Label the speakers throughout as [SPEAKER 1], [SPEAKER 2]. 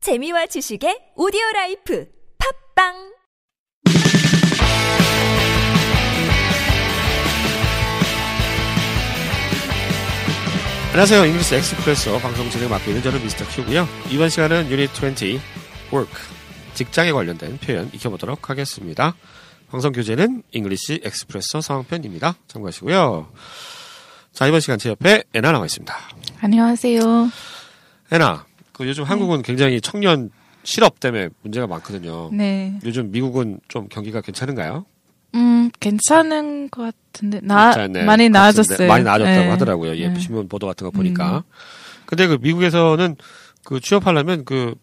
[SPEAKER 1] 재미와 지식의 오디오 라이프 팝빵
[SPEAKER 2] 안녕하세요. 잉글리스 엑스프레소 방송 진행 맡고 있는 저는 미스터 큐고요. 이번 시간은 유닛 20 work 직장에 관련된 표현 익혀보도록 하겠습니다. 방송 교재는 잉글리시 엑스프레소 상황편입니다. 참고하시고요. 자 이번 시간 제 옆에 애나 나와 있습니다.
[SPEAKER 3] 안녕하세요.
[SPEAKER 2] 애나 그 요즘 한국은 굉장히 청년 실업 때문에 문제가 많거든요.
[SPEAKER 3] 네.
[SPEAKER 2] 요즘 미국은 좀 경기가 괜찮은가요?
[SPEAKER 3] 음, 괜찮은 것 같은데. 나,
[SPEAKER 2] 괜찮네. 같은데
[SPEAKER 3] 많이 나아졌어요.
[SPEAKER 2] 많이 나아졌다고
[SPEAKER 3] 네.
[SPEAKER 2] 하더라고요. 예,
[SPEAKER 3] 네. 음.
[SPEAKER 2] 신문 보도 같은 거 보니까. 근데 그 미국에서는 그 취업하려면 그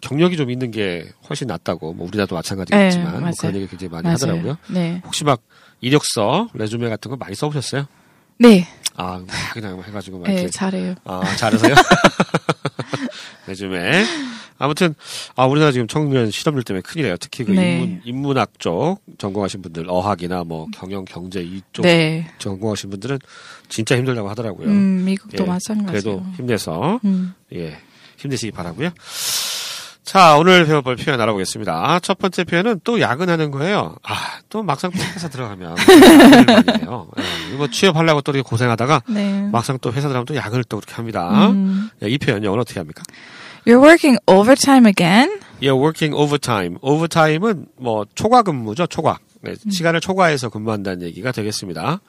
[SPEAKER 2] 경력이 좀 있는 게 훨씬 낫다고 뭐 우리나라도
[SPEAKER 3] 네,
[SPEAKER 2] 마찬가지겠지만 뭐
[SPEAKER 3] 맞아요.
[SPEAKER 2] 그런 얘기 굉장히 많이
[SPEAKER 3] 맞아요.
[SPEAKER 2] 하더라고요.
[SPEAKER 3] 네.
[SPEAKER 2] 혹시 막 이력서, 레주메 같은 거 많이 써보셨어요?
[SPEAKER 3] 네.
[SPEAKER 2] 아 막 그냥 해가지고 막
[SPEAKER 3] 네,
[SPEAKER 2] 이렇게
[SPEAKER 3] 잘해요.
[SPEAKER 2] 아 잘하세요. 레주메. 아무튼 아 우리나라 지금 청년 실업률 때문에 큰일이에요. 특히 그
[SPEAKER 3] 네.
[SPEAKER 2] 인문 인문학 쪽 전공하신 분들 어학이나 뭐 경영 경제 이쪽
[SPEAKER 3] 네.
[SPEAKER 2] 전공하신 분들은 진짜 힘들다고 하더라고요.
[SPEAKER 3] 음, 미국도
[SPEAKER 2] 예,
[SPEAKER 3] 마찬가지예요.
[SPEAKER 2] 그래도 힘내서
[SPEAKER 3] 음,
[SPEAKER 2] 예 힘내시기 바라고요. 자 오늘 배워볼 표현 알아보겠습니다. 첫 번째 표현은 또 야근하는 거예요. 아또 막상 또 회사 들어가면 야근이에요. 예, 뭐 취업하려고 또 이렇게 고생하다가
[SPEAKER 3] 네.
[SPEAKER 2] 막상 또 회사 들어가면 또 야근을 또 그렇게 합니다.
[SPEAKER 3] 음.
[SPEAKER 2] 예, 이 표현 영어로 어떻게 합니까?
[SPEAKER 3] You're working overtime again?
[SPEAKER 2] You're working overtime. Overtime은 뭐 초과 근무죠. 초과 네,
[SPEAKER 3] 음.
[SPEAKER 2] 시간을 초과해서 근무한다는 얘기가 되겠습니다.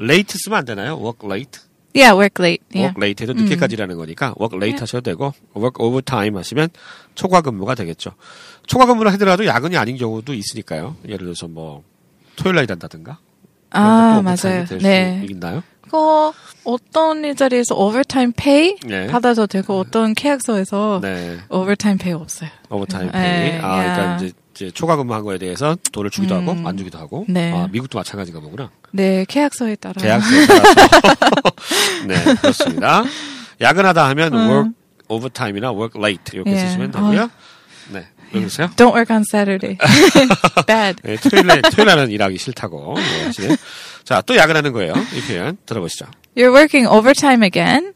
[SPEAKER 2] Late 쓰면 안 되나요? Work late.
[SPEAKER 3] Yeah, work late. Yeah.
[SPEAKER 2] work late
[SPEAKER 3] 음.
[SPEAKER 2] 해도 늦게까지 일하는 거니까 work
[SPEAKER 3] 예.
[SPEAKER 2] late 하셔도 되고 work overtime 하시면 초과 근무가 되겠죠. 초과 근무를 하더라도 야근이 아닌 경우도 있으니까 예를 들어서 뭐 토요일 날 일한다든가 그런
[SPEAKER 3] 아,
[SPEAKER 2] 것도 overtime이
[SPEAKER 3] 맞아요.
[SPEAKER 2] 될수
[SPEAKER 3] 네.
[SPEAKER 2] 있나요?
[SPEAKER 3] 그거 어떤 일자리에서 overtime pay
[SPEAKER 2] 네.
[SPEAKER 3] 받아도 되고 어떤 계약서에서
[SPEAKER 2] 네.
[SPEAKER 3] overtime pay 없어요.
[SPEAKER 2] overtime
[SPEAKER 3] 네,
[SPEAKER 2] pay. 아, 그러니까
[SPEAKER 3] 야.
[SPEAKER 2] 이제, 이제 초과 근무한 거에 대해서 돈을 주기도 하고 안 주기도 하고.
[SPEAKER 3] 네.
[SPEAKER 2] 아, 미국도 마찬가지인가 보구나.
[SPEAKER 3] 네, 계약서에 따라.
[SPEAKER 2] 계약서에 따라서. 네, 그렇습니다. 야근하다 하면 work overtime이나 work late 이렇게
[SPEAKER 3] 음. 예.
[SPEAKER 2] 쓰시면
[SPEAKER 3] 어.
[SPEAKER 2] 되고요. 네. 왜 그러세요?
[SPEAKER 3] Don't work on Saturday. Bad.
[SPEAKER 2] 네, 토요일에, 토요일에는 일하기 싫다고. 네, 하시네요. 자, 또 야근하는 거예요. 이 표현 들어보시죠.
[SPEAKER 3] You're working overtime again?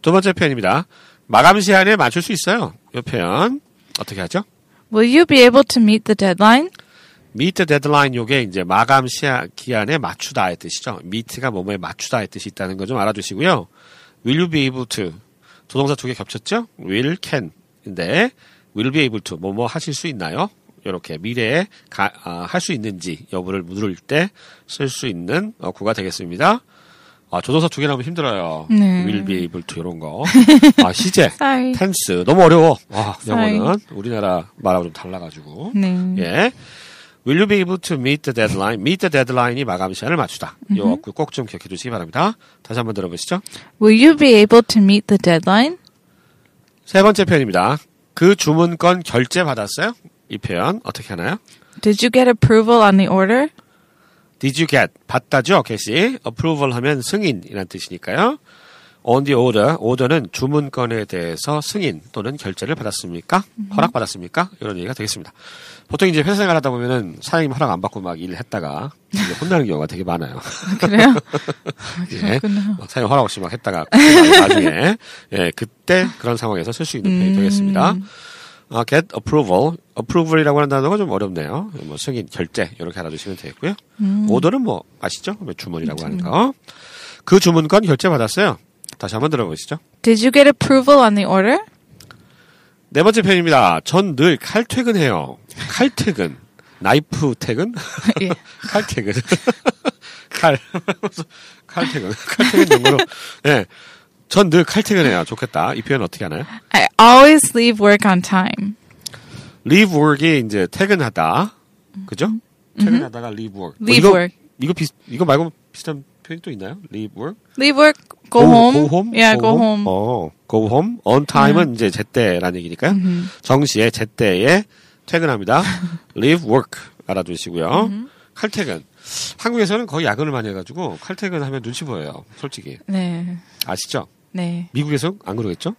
[SPEAKER 2] 두 번째 표현입니다. 마감 시한에 맞출 수 있어요. 이 표현 어떻게 하죠?
[SPEAKER 3] Will you be able to meet the deadline?
[SPEAKER 2] meet the deadline 요게 이제 마감 시한 기한에 맞추다의 뜻이죠. meet가 뭐뭐에 맞추다의 뜻이 있다는 거 좀 알아두시고요. will you be able to 조동사 두 개 겹쳤죠? will can인데 will be able to 뭐뭐 하실 수 있나요? 이렇게 미래에 아, 할 수 있는지 여부를 물을 때 쓸 수 있는 어, 구가 되겠습니다. 아, 조동사 두 개 나오면 힘들어요.
[SPEAKER 3] 네.
[SPEAKER 2] will be able to 이런 거. 아, 시제.
[SPEAKER 3] Sorry.
[SPEAKER 2] 텐스 너무 어려워. 와,
[SPEAKER 3] Sorry.
[SPEAKER 2] 영어는 우리나라 말하고 좀 달라가지고.
[SPEAKER 3] 네.
[SPEAKER 2] 예. Will you be able to meet the deadline? meet the deadline이 마감 시한을 맞추다. 이 어구 꼭좀 기억해 두시기 바랍니다. 다시 한번 들어보시죠.
[SPEAKER 3] Will you be able to meet the deadline?
[SPEAKER 2] 세 번째 표현입니다. 그 주문건 결제 받았어요? 이 표현 어떻게 하나요?
[SPEAKER 3] Did you get approval on the order?
[SPEAKER 2] Did you get? 받다죠, 캐시. approval 하면 승인이란 뜻이니까요. on the order. order는 주문건에 대해서 승인 또는 결제를 받았습니까? 허락받았습니까? 이런 얘기가 되겠습니다. 보통 이제 회사 생활하다 보면은 사장님 허락 안 받고 막 일했다가 이제 혼나는 경우가 되게 많아요.
[SPEAKER 3] 그래요?
[SPEAKER 2] 예.
[SPEAKER 3] 그렇구나.
[SPEAKER 2] 막 사용 허락 없이 막 했다가 나중에 예 그때 그런 상황에서 쓸 수 있는
[SPEAKER 3] 음.
[SPEAKER 2] 표현이 되겠습니다. 아, get approval, approval이라고 하는 단어가 좀 어렵네요. 뭐 승인, 결제 이렇게 알아두시면 되겠고요.
[SPEAKER 3] 음.
[SPEAKER 2] 오더는 뭐 아시죠? 뭐 주문이라고 하는 거. 그 주문건 결제 받았어요. 다시 한번 들어보시죠.
[SPEAKER 3] Did you get approval on the order?
[SPEAKER 2] 네 번째 표현입니다. 전 늘 칼퇴근해요. 칼퇴근, 나이프 퇴근,
[SPEAKER 3] 예.
[SPEAKER 2] 칼퇴근, 칼, 칼퇴근, 칼퇴근 용어로. 예, 전 늘 칼퇴근해요. 좋겠다. 이 표현 어떻게 하나요?
[SPEAKER 3] I always leave work on time.
[SPEAKER 2] leave work이 이제 퇴근하다. 그죠? 퇴근하다가 leave work.
[SPEAKER 3] 음.
[SPEAKER 2] 뭐 이거,
[SPEAKER 3] Leave work.
[SPEAKER 2] 이거 비슷, 이거 말고 비슷한 표현이 또 있나요? leave work?
[SPEAKER 3] Leave work, go home. Yeah, go home.
[SPEAKER 2] 어, go home. on time은 이제 제때라는 얘기니까요. 정시에 제때에 퇴근합니다. leave work. 알아두시고요. 칼퇴근. 한국에서는 거의 야근을 많이 해가지고 칼퇴근하면 눈치 보여요. 솔직히.
[SPEAKER 3] 네.
[SPEAKER 2] 아시죠?
[SPEAKER 3] 네.
[SPEAKER 2] 미국에서 안 그러겠죠?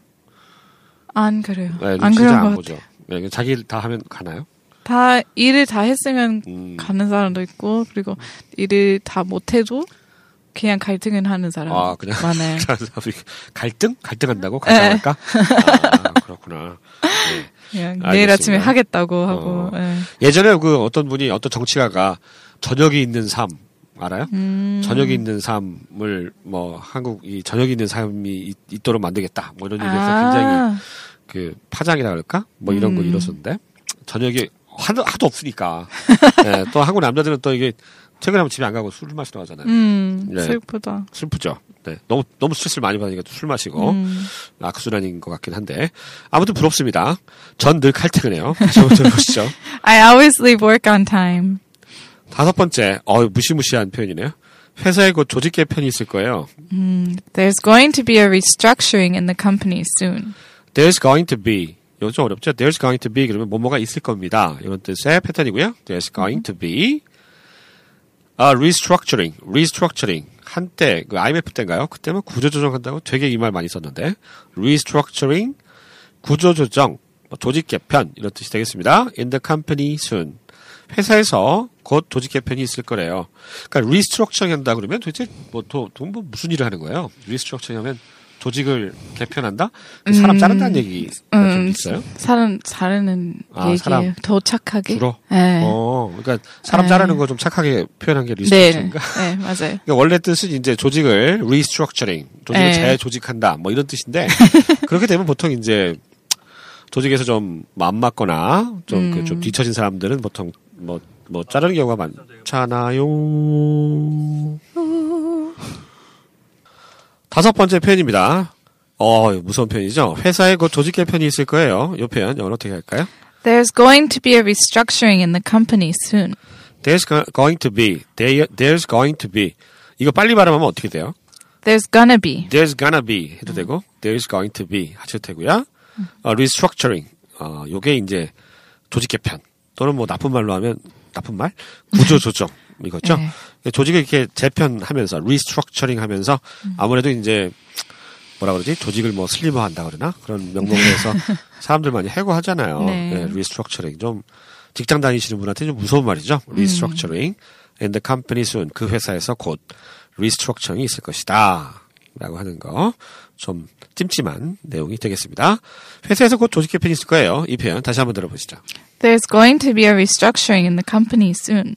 [SPEAKER 3] 안 그래요.
[SPEAKER 2] 네,
[SPEAKER 3] 안
[SPEAKER 2] 눈치
[SPEAKER 3] 그런
[SPEAKER 2] 잘안
[SPEAKER 3] 것
[SPEAKER 2] 보죠.
[SPEAKER 3] 같아요.
[SPEAKER 2] 네, 자기 일 다 하면 가나요?
[SPEAKER 3] 다 일을 다 했으면
[SPEAKER 2] 음.
[SPEAKER 3] 가는 사람도 있고 그리고 일을 다 못해도 그냥 갈등을 하는 사람
[SPEAKER 2] 아, 그냥
[SPEAKER 3] 많아요.
[SPEAKER 2] 갈등? 갈등한다고? 갈등할까? 아, 그렇구나. 네.
[SPEAKER 3] 그냥
[SPEAKER 2] 알겠습니다.
[SPEAKER 3] 내일 아침에 하겠다고 하고.
[SPEAKER 2] 어.
[SPEAKER 3] 예.
[SPEAKER 2] 예전에 그 어떤 분이 어떤 정치가가 저녁이 있는 삶 알아요?
[SPEAKER 3] 음.
[SPEAKER 2] 저녁이 있는 삶을 뭐 한국 이 저녁이 있는 삶이 있, 도록 만들겠다 뭐 이런 얘기해서 굉장히
[SPEAKER 3] 아,
[SPEAKER 2] 그 파장이라 그럴까 뭐 이런 거
[SPEAKER 3] 음.
[SPEAKER 2] 이뤘었는데 저녁이 하도, 하도 없으니까 예, 또 한국 남자들은 또 이게 퇴근하면 집에 안 가고 술을 마시러 가잖아요.
[SPEAKER 3] 음,
[SPEAKER 2] 네.
[SPEAKER 3] 슬프다.
[SPEAKER 2] 슬프죠. 네, 너무 너무 스트레스를 많이 받으니까 또술 마시고
[SPEAKER 3] 음.
[SPEAKER 2] 악순환인 것 같긴 한데 아무튼 부럽습니다. 전 늘 칼퇴근해요. 다시 한번 들어보시죠.
[SPEAKER 3] I always leave work on time.
[SPEAKER 2] 다섯 번째, 어 무시무시한 표현이네요. 회사에 곧 조직 개편이 있을 거예요.
[SPEAKER 3] There's going to be a restructuring in the company soon.
[SPEAKER 2] There's going to be. 이거 좀 어렵죠? There's going to be. 그러면 뭐뭐가 있을 겁니다. 이런 뜻의 패턴이고요. There's going to be. 아, restructuring. restructuring. 한때, 그 IMF 때인가요? 그때만 구조조정한다고 되게 이 말 많이 썼는데. restructuring. 구조조정. 뭐 조직 개편. 이런 뜻이 되겠습니다. In the company soon. 회사에서 곧 조직 개편이 있을 거래요. 그러니까 restructuring 한다 그러면 도대체 뭐, 도, 도, 뭐 무슨 일을 하는 거예요? restructuring 하면 조직을 개편한다? 그 사람 자른다는 얘기가 좀
[SPEAKER 3] 음,
[SPEAKER 2] 있어요?
[SPEAKER 3] 사람 자르는
[SPEAKER 2] 아, 사람.
[SPEAKER 3] 얘기예요. 더 착하게.
[SPEAKER 2] 주로?
[SPEAKER 3] 네.
[SPEAKER 2] 어, 그러니까 사람 자르는 거 좀 착하게 표현한 게
[SPEAKER 3] 네.
[SPEAKER 2] 리스트인가?
[SPEAKER 3] 네, 맞아요.
[SPEAKER 2] 그러니까 원래 뜻은 이제 조직을 리스트럭처링, 조직을
[SPEAKER 3] 네.
[SPEAKER 2] 재조직한다, 뭐 이런 뜻인데 그렇게 되면 보통 이제 조직에서 좀 안 맞거나 좀 그 좀 뒤처진 사람들은 보통 뭐 뭐 자르는 경우가 많잖아요. 다섯 번째 표현입니다. 어, 무서운 표현이죠. 회사에 곧 조직 개편이 있을 거예요. 이 표현 영어로 어떻게 할까요?
[SPEAKER 3] There's going to be a restructuring in the company soon.
[SPEAKER 2] There's go- going to be. There, there's going to be. 이거 빨리 발음하면 어떻게 돼요?
[SPEAKER 3] There's gonna be.
[SPEAKER 2] There's gonna be 해도 되고 There's going to be 하셔도 되고요. 어, restructuring. 어, 요게 이제 조직 개편 또는 뭐 나쁜 말로 하면 나쁜 말 구조 조정 이거죠. 그
[SPEAKER 3] 네.
[SPEAKER 2] 조직을 이렇게 재편하면서 restructuring 하면서
[SPEAKER 3] 음.
[SPEAKER 2] 아무래도 이제 뭐라 그러지 조직을 뭐 슬림화한다 그러나 그런 명목으로 해서 사람들 많이 해고하잖아요.
[SPEAKER 3] 네.
[SPEAKER 2] 네, restructuring 좀 직장 다니시는 분한테 좀 무서운 말이죠.
[SPEAKER 3] 음.
[SPEAKER 2] restructuring and the company soon 그 회사에서 곧 restructuring이 있을 것이다. 라고 하는 거 좀 찜찜한 내용이 되겠습니다. 회사에서 곧 조직 개편이 있을 거예요. 이 표현 다시 한번 들어보시죠.
[SPEAKER 3] There's going to be a restructuring in the company soon.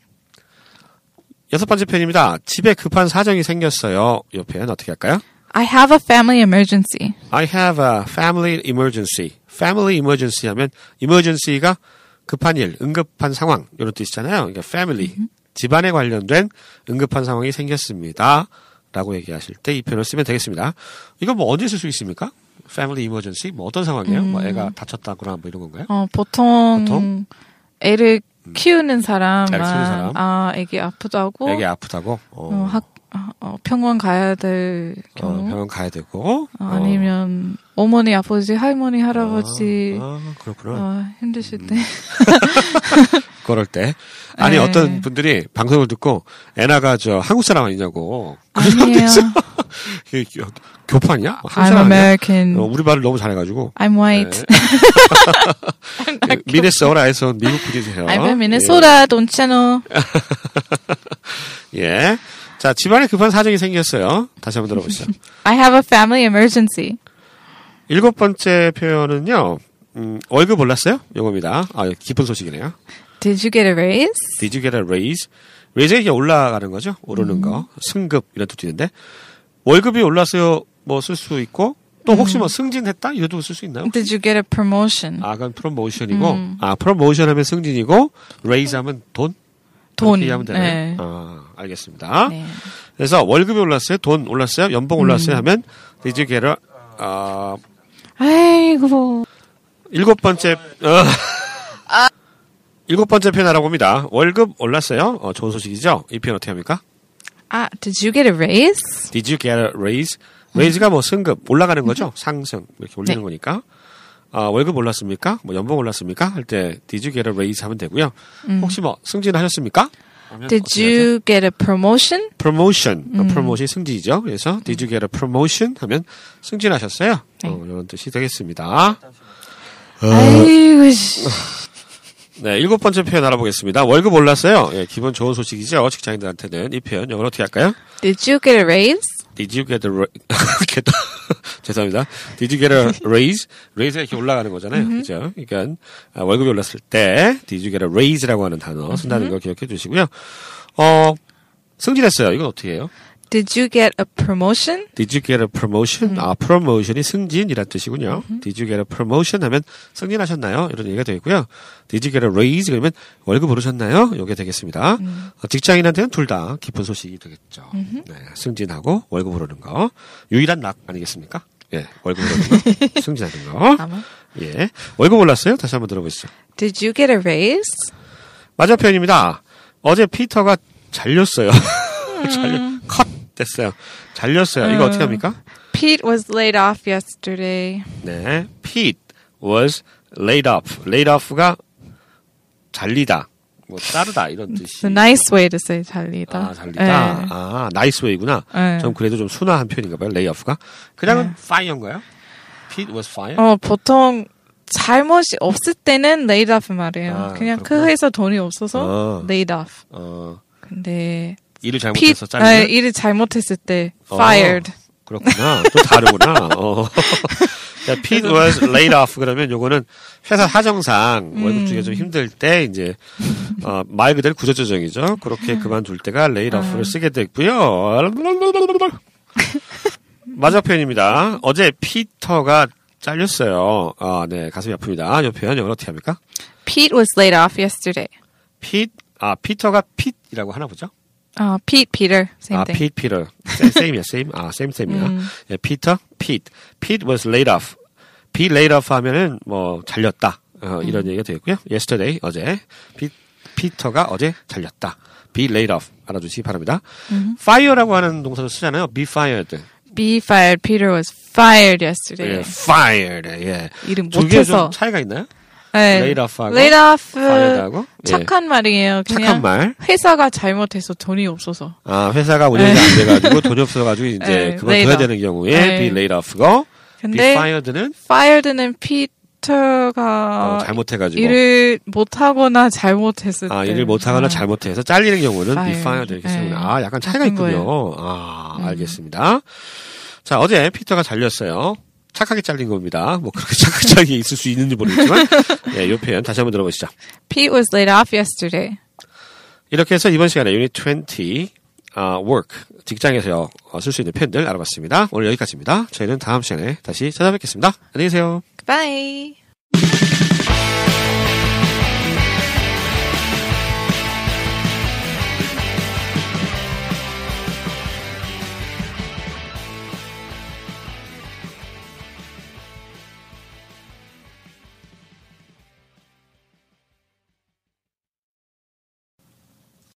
[SPEAKER 2] 여섯 번째 표현입니다. 집에 급한 사정이 생겼어요. 이 표현 어떻게 할까요?
[SPEAKER 3] I have a family emergency.
[SPEAKER 2] I have a family emergency. family emergency 하면 emergency가 급한 일, 응급한 상황 이런 뜻이잖아요. 그러니까 family
[SPEAKER 3] 음.
[SPEAKER 2] 집안에 관련된 응급한 상황이 생겼습니다. 라고 얘기하실 때 이 표현을 쓰면 되겠습니다. 이거 뭐 언제 쓸 수 있습니까? family emergency 뭐 어떤 상황이에요?
[SPEAKER 3] 음.
[SPEAKER 2] 뭐 애가 다쳤다거나 뭐 이런 건가요?
[SPEAKER 3] 어, 보통,
[SPEAKER 2] 보통? 음.
[SPEAKER 3] 애를 키우는 사람,
[SPEAKER 2] 애를 키우는 사람.
[SPEAKER 3] 아, 애기 아프다고,
[SPEAKER 2] 애기 아프다고 어,
[SPEAKER 3] 어, 학, 어, 병원 가야 될
[SPEAKER 2] 어,
[SPEAKER 3] 경우,
[SPEAKER 2] 병원 가야 되고
[SPEAKER 3] 어, 아니면 어머니, 아버지, 할머니, 할아버지
[SPEAKER 2] 어, 음. 아, 그렇구나.
[SPEAKER 3] 어, 힘드실 때
[SPEAKER 2] 그럴 때 아니
[SPEAKER 3] 네.
[SPEAKER 2] 어떤 분들이 방송을 듣고 애나가 저 한국 사람 아니냐고
[SPEAKER 3] 아니에요.
[SPEAKER 2] 그렇죠. 이게 교- 교판이야? 뭐 한국
[SPEAKER 3] I'm
[SPEAKER 2] 사람 아니야?
[SPEAKER 3] American.
[SPEAKER 2] 어, 우리 말을 너무 잘해가지고 예,
[SPEAKER 3] I'm white.
[SPEAKER 2] 네. 미네소라에서 아, 미국 분이세요.
[SPEAKER 3] I'm from Minnesota. Don't you know?
[SPEAKER 2] 예. 예. 자 집안에 급한 사정이 생겼어요. 다시 한번 들어보시죠.
[SPEAKER 3] I have a family emergency.
[SPEAKER 2] 일곱 번째 표현은요. 음, 월급 올랐어요? 요겁니다. 아 기쁜 소식이네요.
[SPEAKER 3] Did you get a raise?
[SPEAKER 2] Did you get a raise? raise가 이제 올라가는 거죠.
[SPEAKER 3] 음.
[SPEAKER 2] 오르는 거. 승급 이런 뜻도 있는데 월급이 올랐어요. 뭐 쓸 수 있고
[SPEAKER 3] 음.
[SPEAKER 2] 또 혹시 뭐 승진했다 이것도 쓸 수 있나요?
[SPEAKER 3] Did you get a promotion?
[SPEAKER 2] 아, 그건 프로모션이고
[SPEAKER 3] 음.
[SPEAKER 2] 아 프로모션 하면 승진이고 raise 하면 돈.
[SPEAKER 3] 돈.
[SPEAKER 2] 그렇게 하면 되나요?
[SPEAKER 3] 네.
[SPEAKER 2] 아, 알겠습니다.
[SPEAKER 3] 네. 음.
[SPEAKER 2] 그래서 월급이 올랐어요. 돈 올랐어요. 연봉 올랐어요. 하면 did you get a 아,
[SPEAKER 3] 아이고.
[SPEAKER 2] 일곱 번째 어,
[SPEAKER 3] 아.
[SPEAKER 2] 일곱 번째 표현 알아봅니다. 월급 올랐어요. 어, 좋은 소식이죠. 이 표현 어떻게 합니까?
[SPEAKER 3] 아, did you get a raise?
[SPEAKER 2] Did you get a raise? raise가 뭐 승급 올라가는 거죠. 상승 이렇게 올리는
[SPEAKER 3] 음. 네.
[SPEAKER 2] 거니까. 아, 월급 올랐습니까? 뭐 연봉 올랐습니까? 할 때 did you get a raise 하면 되고요. 혹시 뭐 승진하셨습니까? 하면
[SPEAKER 3] 음. Did
[SPEAKER 2] 네, 어떻게 하죠?
[SPEAKER 3] you 음. get a promotion?
[SPEAKER 2] promotion, 어, promotion이 승진이죠. 그래서 did you get a promotion 하면 승진하셨어요.
[SPEAKER 3] 네.
[SPEAKER 2] 어, 이런 뜻이 되겠습니다. Uh,
[SPEAKER 3] 아이고. 씨.
[SPEAKER 2] 네, 일곱 번째 표현 알아보겠습니다. 월급 올랐어요. 예, 기본 좋은 소식이죠. 직장인들한테는 이 표현 영어로 어떻게 할까요?
[SPEAKER 3] Did you get a raise?
[SPEAKER 2] Did you get a ra- get a- 죄송합니다. Did you get a raise? raise가 이렇게 올라가는 거잖아요. 그죠? 그러니까 아, 월급이 올랐을 때 did you get a raise라고 하는 단어 쓴다는 걸 기억해 주시고요. 어 승진했어요. 이건 어떻게 해요?
[SPEAKER 3] Did you get a promotion?
[SPEAKER 2] Did you get a
[SPEAKER 3] 음.
[SPEAKER 2] promotion? 아, promotion이 승진이란 뜻이군요. Did you get a promotion? 하면 승진하셨나요? 이런 얘기가 되고요. Did you get a raise? 그러면 월급 오르셨나요? 요게 되겠습니다.
[SPEAKER 3] 음.
[SPEAKER 2] 어, 직장인한테는 둘 다 기쁜 소식이 되겠죠. 네, 승진하고 월급 오르는 거. 유일한 낙 아니겠습니까? 예, 월급 오르는 거. 승진하는 거.
[SPEAKER 3] 아마.
[SPEAKER 2] 예. 월급 올랐어요? 다시 한번 들어보시죠.
[SPEAKER 3] Did you get a raise?
[SPEAKER 2] 맞아 표현입니다. 어제 피터가 잘렸어요.
[SPEAKER 3] 음.
[SPEAKER 2] 잘려, 컷! 됐어요. 잘렸어요. 이거 어떻게 합니까?
[SPEAKER 3] Pete was laid off yesterday.
[SPEAKER 2] 네. Pete was laid off. laid off가 잘리다. 뭐 따르다 이런
[SPEAKER 3] It's
[SPEAKER 2] 뜻이.
[SPEAKER 3] a nice way to say 잘리다.
[SPEAKER 2] 아, 잘리다. 아, 나이스 웨이구나.
[SPEAKER 3] 네.
[SPEAKER 2] 좀 그래도 좀 순화한 표현인가 봐요. 레이 off가. 그냥은 fire인가요? Pete was
[SPEAKER 3] 예.
[SPEAKER 2] fired.
[SPEAKER 3] 어, 보통 잘못이 없을 때는 laid off 말이에요.
[SPEAKER 2] 아,
[SPEAKER 3] 그냥
[SPEAKER 2] 그렇구나.
[SPEAKER 3] 그 회사 돈이 없어서
[SPEAKER 2] 어.
[SPEAKER 3] laid off.
[SPEAKER 2] 어,
[SPEAKER 3] 근데
[SPEAKER 2] 일을
[SPEAKER 3] Pete
[SPEAKER 2] 잘못해서
[SPEAKER 3] 아,
[SPEAKER 2] 잘린
[SPEAKER 3] 일을 잘못했을 때 fired.
[SPEAKER 2] 아, 그렇구나. 또 다르구나. 어. 자, Pete was laid off 그러면 요거는 회사 사정상 월급 주기가 좀 힘들 때 이제 어, 말 그대로 구조조정이죠. 그렇게 그만둘 때가 laid off를 쓰게 됐고요. 마지막 표현입니다. 어제 피터가 잘렸어요. 아, 네. 가슴이 아픕니다. 이 표현 영어로 어떻게 합니까?
[SPEAKER 3] Pete was laid off yesterday.
[SPEAKER 2] Pete 아, 피터가 Pete이라고 하나 보죠?
[SPEAKER 3] 아, Pete, Peter, same
[SPEAKER 2] 아,
[SPEAKER 3] thing.
[SPEAKER 2] Pete, Peter. 세- same이야, same. 아, same, same이야.
[SPEAKER 3] 음.
[SPEAKER 2] 예, Peter, Pete. Pete was laid off. be laid off 하면은, 뭐, 잘렸다. 어,
[SPEAKER 3] 음.
[SPEAKER 2] 이런 얘기가 되겠고요. yesterday, 어제. 피, 피터가 어제 잘렸다. be laid off. 알아주시기 바랍니다.
[SPEAKER 3] 음.
[SPEAKER 2] fire라고 하는 동사도 쓰잖아요. be fired.
[SPEAKER 3] Be fired. Peter was fired
[SPEAKER 2] 예,
[SPEAKER 3] yesterday.
[SPEAKER 2] fired. 예.
[SPEAKER 3] 네. 이름
[SPEAKER 2] 두개
[SPEAKER 3] 못해서.
[SPEAKER 2] 좀 차이가 있나요?
[SPEAKER 3] 네.
[SPEAKER 2] laid off하고
[SPEAKER 3] laid off.
[SPEAKER 2] fired하고. 예.
[SPEAKER 3] 착한 말이에요. 그냥
[SPEAKER 2] 착한 말.
[SPEAKER 3] 회사가 잘못해서 돈이 없어서.
[SPEAKER 2] 아, 회사가 운영이 안 돼가지고 돈이 없어가지고 이제
[SPEAKER 3] 예,
[SPEAKER 2] 그만
[SPEAKER 3] 네. laid
[SPEAKER 2] 둬야
[SPEAKER 3] off.
[SPEAKER 2] 되는 경우에
[SPEAKER 3] 예.
[SPEAKER 2] be laid off고 be
[SPEAKER 3] 근데
[SPEAKER 2] fired는
[SPEAKER 3] fired는 피터가
[SPEAKER 2] 어, 잘못해가지고
[SPEAKER 3] 일을 못하거나 잘못했을
[SPEAKER 2] 아,
[SPEAKER 3] 때.
[SPEAKER 2] 일을 못하거나
[SPEAKER 3] 아,
[SPEAKER 2] 잘못해서 잘리는 경우는
[SPEAKER 3] Fire.
[SPEAKER 2] 미파야 되기
[SPEAKER 3] 네.
[SPEAKER 2] 때문에 아 약간 차이가
[SPEAKER 3] 같은
[SPEAKER 2] 있군요. 아 알겠습니다. 자 어제 피터가 잘렸어요. 착하게 잘린 겁니다. 뭐 그렇게 착하게 잘린 게 있을 수 있는지 모르겠지만 예, 요 표현 다시 한번 들어보시죠.
[SPEAKER 3] Pete was laid off yesterday.
[SPEAKER 2] 이렇게 해서 이번 시간에 유닛 20 아, work 직장에서 쓸 수 있는 표현들 알아봤습니다. 오늘 여기까지입니다. 저희는 다음 시간에 다시 찾아뵙겠습니다. 안녕히 계세요.
[SPEAKER 3] Goodbye.